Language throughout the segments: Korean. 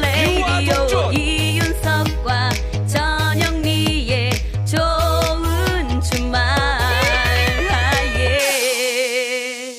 레이디오 유아독존. 이윤석과 전영미의 좋은 주말 아, 예.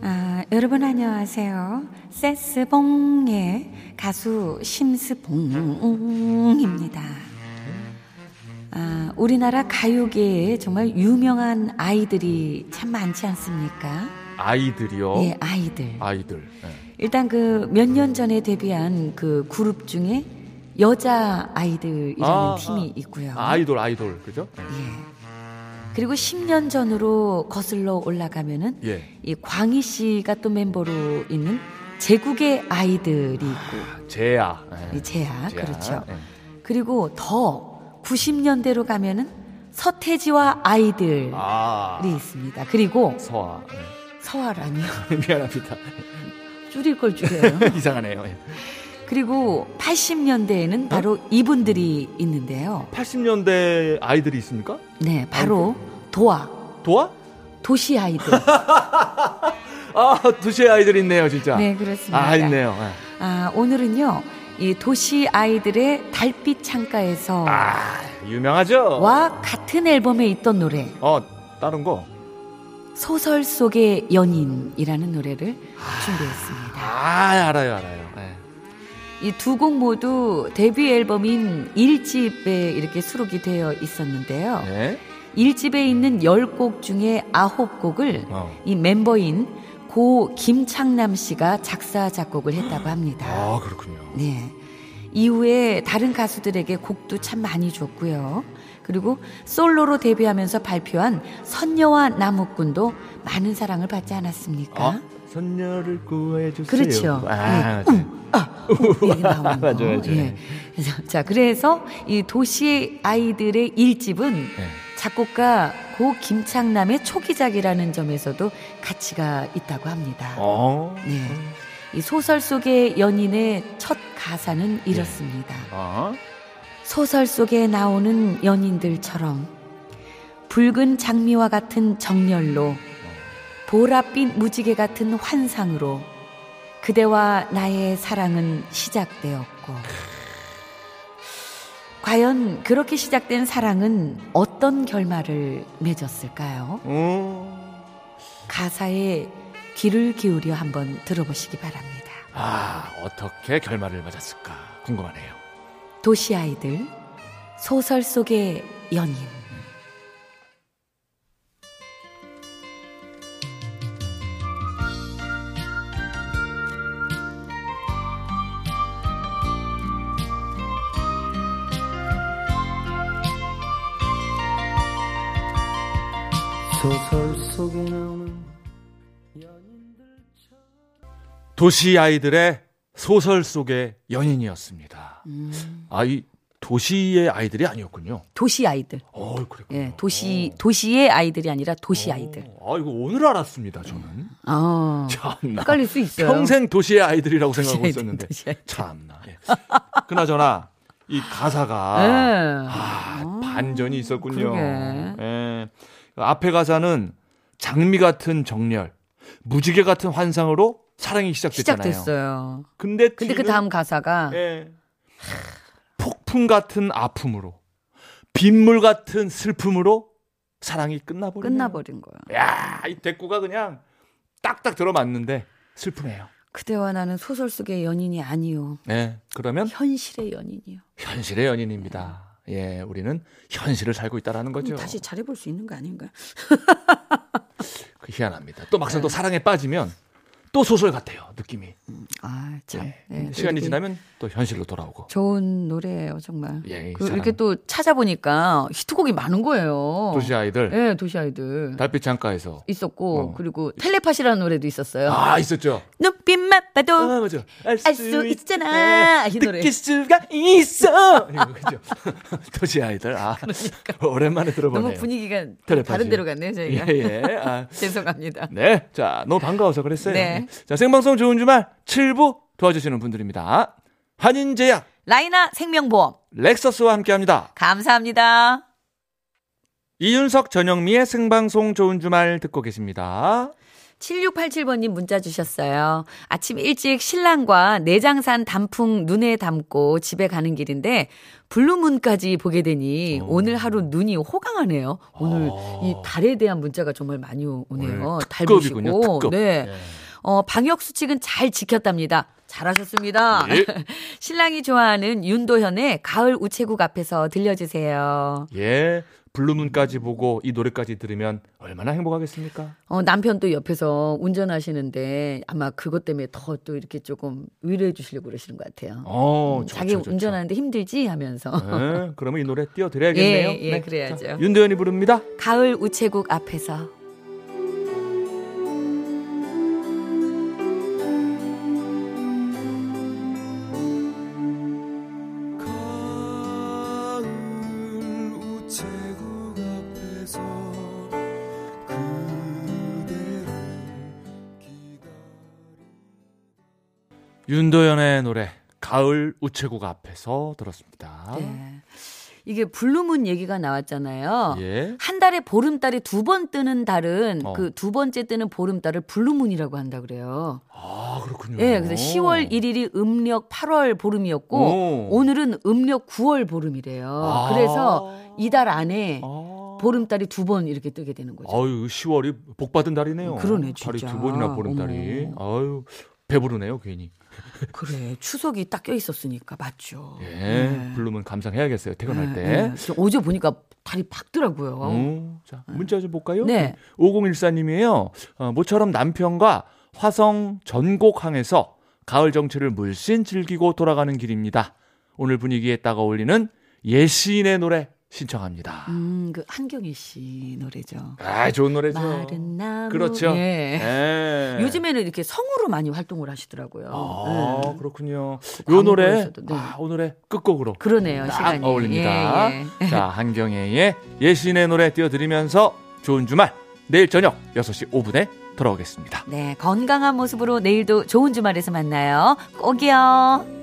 아, 여러분 안녕하세요. 세스봉의 가수 심스봉입니다. 아, 우리나라 가요계에 정말 유명한 아이들이 참 많지 않습니까? 아이들이요. 예, 아이들. 어? 아이들. 예. 일단 그 몇 년 전에 데뷔한 그 그룹 중에 여자 아이들이라는 아, 팀이 있고요. 아, 아이돌 아이돌 그죠? 예. 그리고 10년 전으로 거슬러 올라가면은 예. 이 광희 씨가 또 멤버로 있는 제국의 아이들이 있고 제아. 예. 이 제아 제아. 그렇죠. 예. 그리고 더 90년대로 가면은 서태지와 아이들이 아. 있습니다. 그리고 서아. 서아라니요. 예. 미안합니다. 줄일 걸 줄여요. 이상하네요. 예. 그리고 어? 80년대에는 바로 이분들이 있는데요. 80년대 아이들이 있습니까? 네, 바로 도아, 도아? 도시 아이들. 아, 도시의 아이들 있네요, 진짜. 네, 그렇습니다. 아, 있네요. 예. 아, 오늘은요. 이 도시 아이들의 달빛 창가에서 아, 유명하죠? 와 같은 앨범에 있던 노래 어, 다른 거. 소설 속의 연인이라는 노래를 준비했습니다. 아, 알아요, 알아요. 예. 이 두 곡 모두 데뷔 앨범인 일집에 이렇게 수록이 되어 있었는데요. 네. 일집에 있는 열 곡 중에 아홉 곡을 어. 이 멤버인 고 김창남 씨가 작사 작곡을 했다고 합니다. 아, 그렇군요. 네. 이후에 다른 가수들에게 곡도 참 많이 줬고요. 그리고 솔로로 데뷔하면서 발표한 선녀와 나무꾼도 많은 사랑을 받지 않았습니까? 네, 아, 선녀를 구해주세요. 그렇죠. 아, 네. 음, 아, 음, 얘기 나오는 거. 맞아요, 맞아요. 예. 그래서, 자, 그래서 이 도시 아이들의 일집은 네. 작곡가 고 김창남의 초기작이라는 점에서도 가치가 있다고 합니다. 어. 네. 이 소설 속의 연인의 첫 네. 가사는 이렇습니다. 어. 소설 속에 나오는 연인들처럼 붉은 장미와 같은 정열로 보랏빛 무지개 같은 환상으로 그대와 나의 사랑은 시작되었고 과연 그렇게 시작된 사랑은 어떤 결말을 맺었을까요? 음. 가사에 귀를 기울여 한번 들어보시기 바랍니다. 아, 어떻게 결말을 맞았을까 궁금하네요. 도시 아이들 소설 속의 연인 도시 아이들의 소설 속의 연인이었습니다. 아, 이 도시의 아이들이 아니었군요. 도시 아이들 어, 그랬군요. 예, 도시 도시의 아이들이 아니라 도시 아이들. 어, 음. 아, 이거 오늘 알았습니다, 저는. 어. 참나. 헷갈릴 수 있어요. 평생 도시의 아이들이라고 생각하고 도시의 있었는데. 도시의 아이들. 참나. 예. 그나저나, 이 가사가. 예. 아, 반전이 있었군요. 그러게. 예. 앞에 가사는 장미 같은 정렬, 무지개 같은 환상으로 사랑이 시작됐잖아요. 시작됐어요. 근데, 근데 그 뒤는 다음 가사가 예. 폭풍 같은 아픔으로 빗물 같은 슬픔으로 사랑이 끝나버린 끝나버린 거예요. 야, 이 대꾸가 그냥 딱딱 들어맞는데 슬프네요. 그대와 나는 소설 속의 연인이 아니요. 네, 그러면 현실의 연인이요. 현실의 연인입니다. 예, 우리는 현실을 살고 있다라는 거죠. 그럼 음, 다시 잘해볼 수 있는 거 아닌가? 그 희한합니다. 또 막상 또 네. 사랑에 빠지면 또 소설 같아요. 느낌이. 아 참. 예. 예, 시간이 이렇게 지나면 또 현실로 돌아오고. 좋은 노래예요 정말. 예, 이 그 사람. 이렇게 또 찾아보니까 히트곡이 많은 거예요. 도시 아이들 예, 도시 아이들. 달빛 창가에서 있었고 어. 그리고 텔레파시라는 노래도 있었어요. 아 있었죠. 눈빛만 아 봐도 맞아. 알 수 있잖아. 이 노래. 느낄 수가 있어. 이거 그죠. 도시 아이들. 아 오랜만에 들어보네요. 그러니까. 너무 분위기가 텔레파시. 다른 데로 갔네요 저희가. 예, 예. 아, 죄송합니다. 네. 자, 너무 반가워서 그랬어요. 네. 자, 생방송 좋은 주말 7부 도와주시는 분들입니다. 한인제약, 라이나 생명보험 렉서스와 함께 합니다. 감사합니다. 이윤석, 전영미의 생방송 좋은 주말 듣고 계십니다. 7687번님 문자 주셨어요. 아침 일찍 신랑과 내장산 단풍 눈에 담고 집에 가는 길인데 블루문까지 보게 되니 오. 오. 늘 하루 눈이 호강하네요. 오늘 이 달에 대한 문자가 정말 많이 오네요. 오늘 달 아. 특급이군요, 보시고. 특급. 예. 네. 어, 방역 수칙은 잘 지켰답니다. 잘하셨습니다. 예. 신랑이 좋아하는 윤도현의 가을 우체국 앞에서 들려주세요. 예. 블루문까지 보고 이 노래까지 들으면 얼마나 행복하겠습니까? 어, 남편도 옆에서 운전하시는데 아마 그것 때문에 더 또 이렇게 조금 위로해 주시려고 그러시는 것 같아요. 어, 음, 좋죠, 자기 좋죠. 운전하는데 힘들지 하면서 예, 그러면 이 노래 띄워드려야겠네요. 예, 예, 그래야죠. 자, 윤도현이 부릅니다. 가을 우체국 앞에서 가을 우체국 앞에서 그대를 기다리 윤도현의 노래, 가을 우체국 앞에서 들었습니다. 네. 이게 블루문 얘기가 나왔잖아요. 예. 한 달에 보름달이 두 번 뜨는 달은 어. 그 두 번째 뜨는 보름달을 블루문이라고 한다 그래요. 아, 그렇군요. 예, 그래서 10월 1일이 음력 8월 보름이었고 오. 오늘은 음력 9월 보름이래요. 아. 그래서 이달 안에 아. 보름달이 두 번 이렇게 뜨게 되는 거죠. 아유, 10월이 복 받은 달이네요. 그러네, 달이 진짜. 두 번이나 보는 달이. 아유, 배부르네요, 괜히. 그래 추석이 딱 껴 있었으니까 맞죠. 예. 네. 블루문 감상해야겠어요, 퇴근할 네, 때. 네. 그래서 어제 보니까 달이 박더라고요. 음, 자, 문자 좀 볼까요? 네. 5014님이에요. 어, 모처럼 남편과 화성 전곡항에서 가을 정취를 물씬 즐기고 돌아가는 길입니다. 오늘 분위기에 딱 어울리는 예시인의 노래 신청합니다. 음, 그 한경희 씨 노래죠. 아, 좋은 노래죠. 마른 나무. 그렇죠. 예. 예. 요즘에는 이렇게 성우로 많이 활동을 하시더라고요. 아, 예. 그렇군요. 광고에서도, 요 노래 네. 아, 오늘의 끝곡으로 그러네요. 딱 시간이 어울립니다. 예, 예. 자, 한경애의 예시인의 노래 띄워드리면서 좋은 주말 내일 저녁 6시 5분에 돌아오겠습니다. 네, 건강한 모습으로 내일도 좋은 주말에서 만나요. 꼭이요.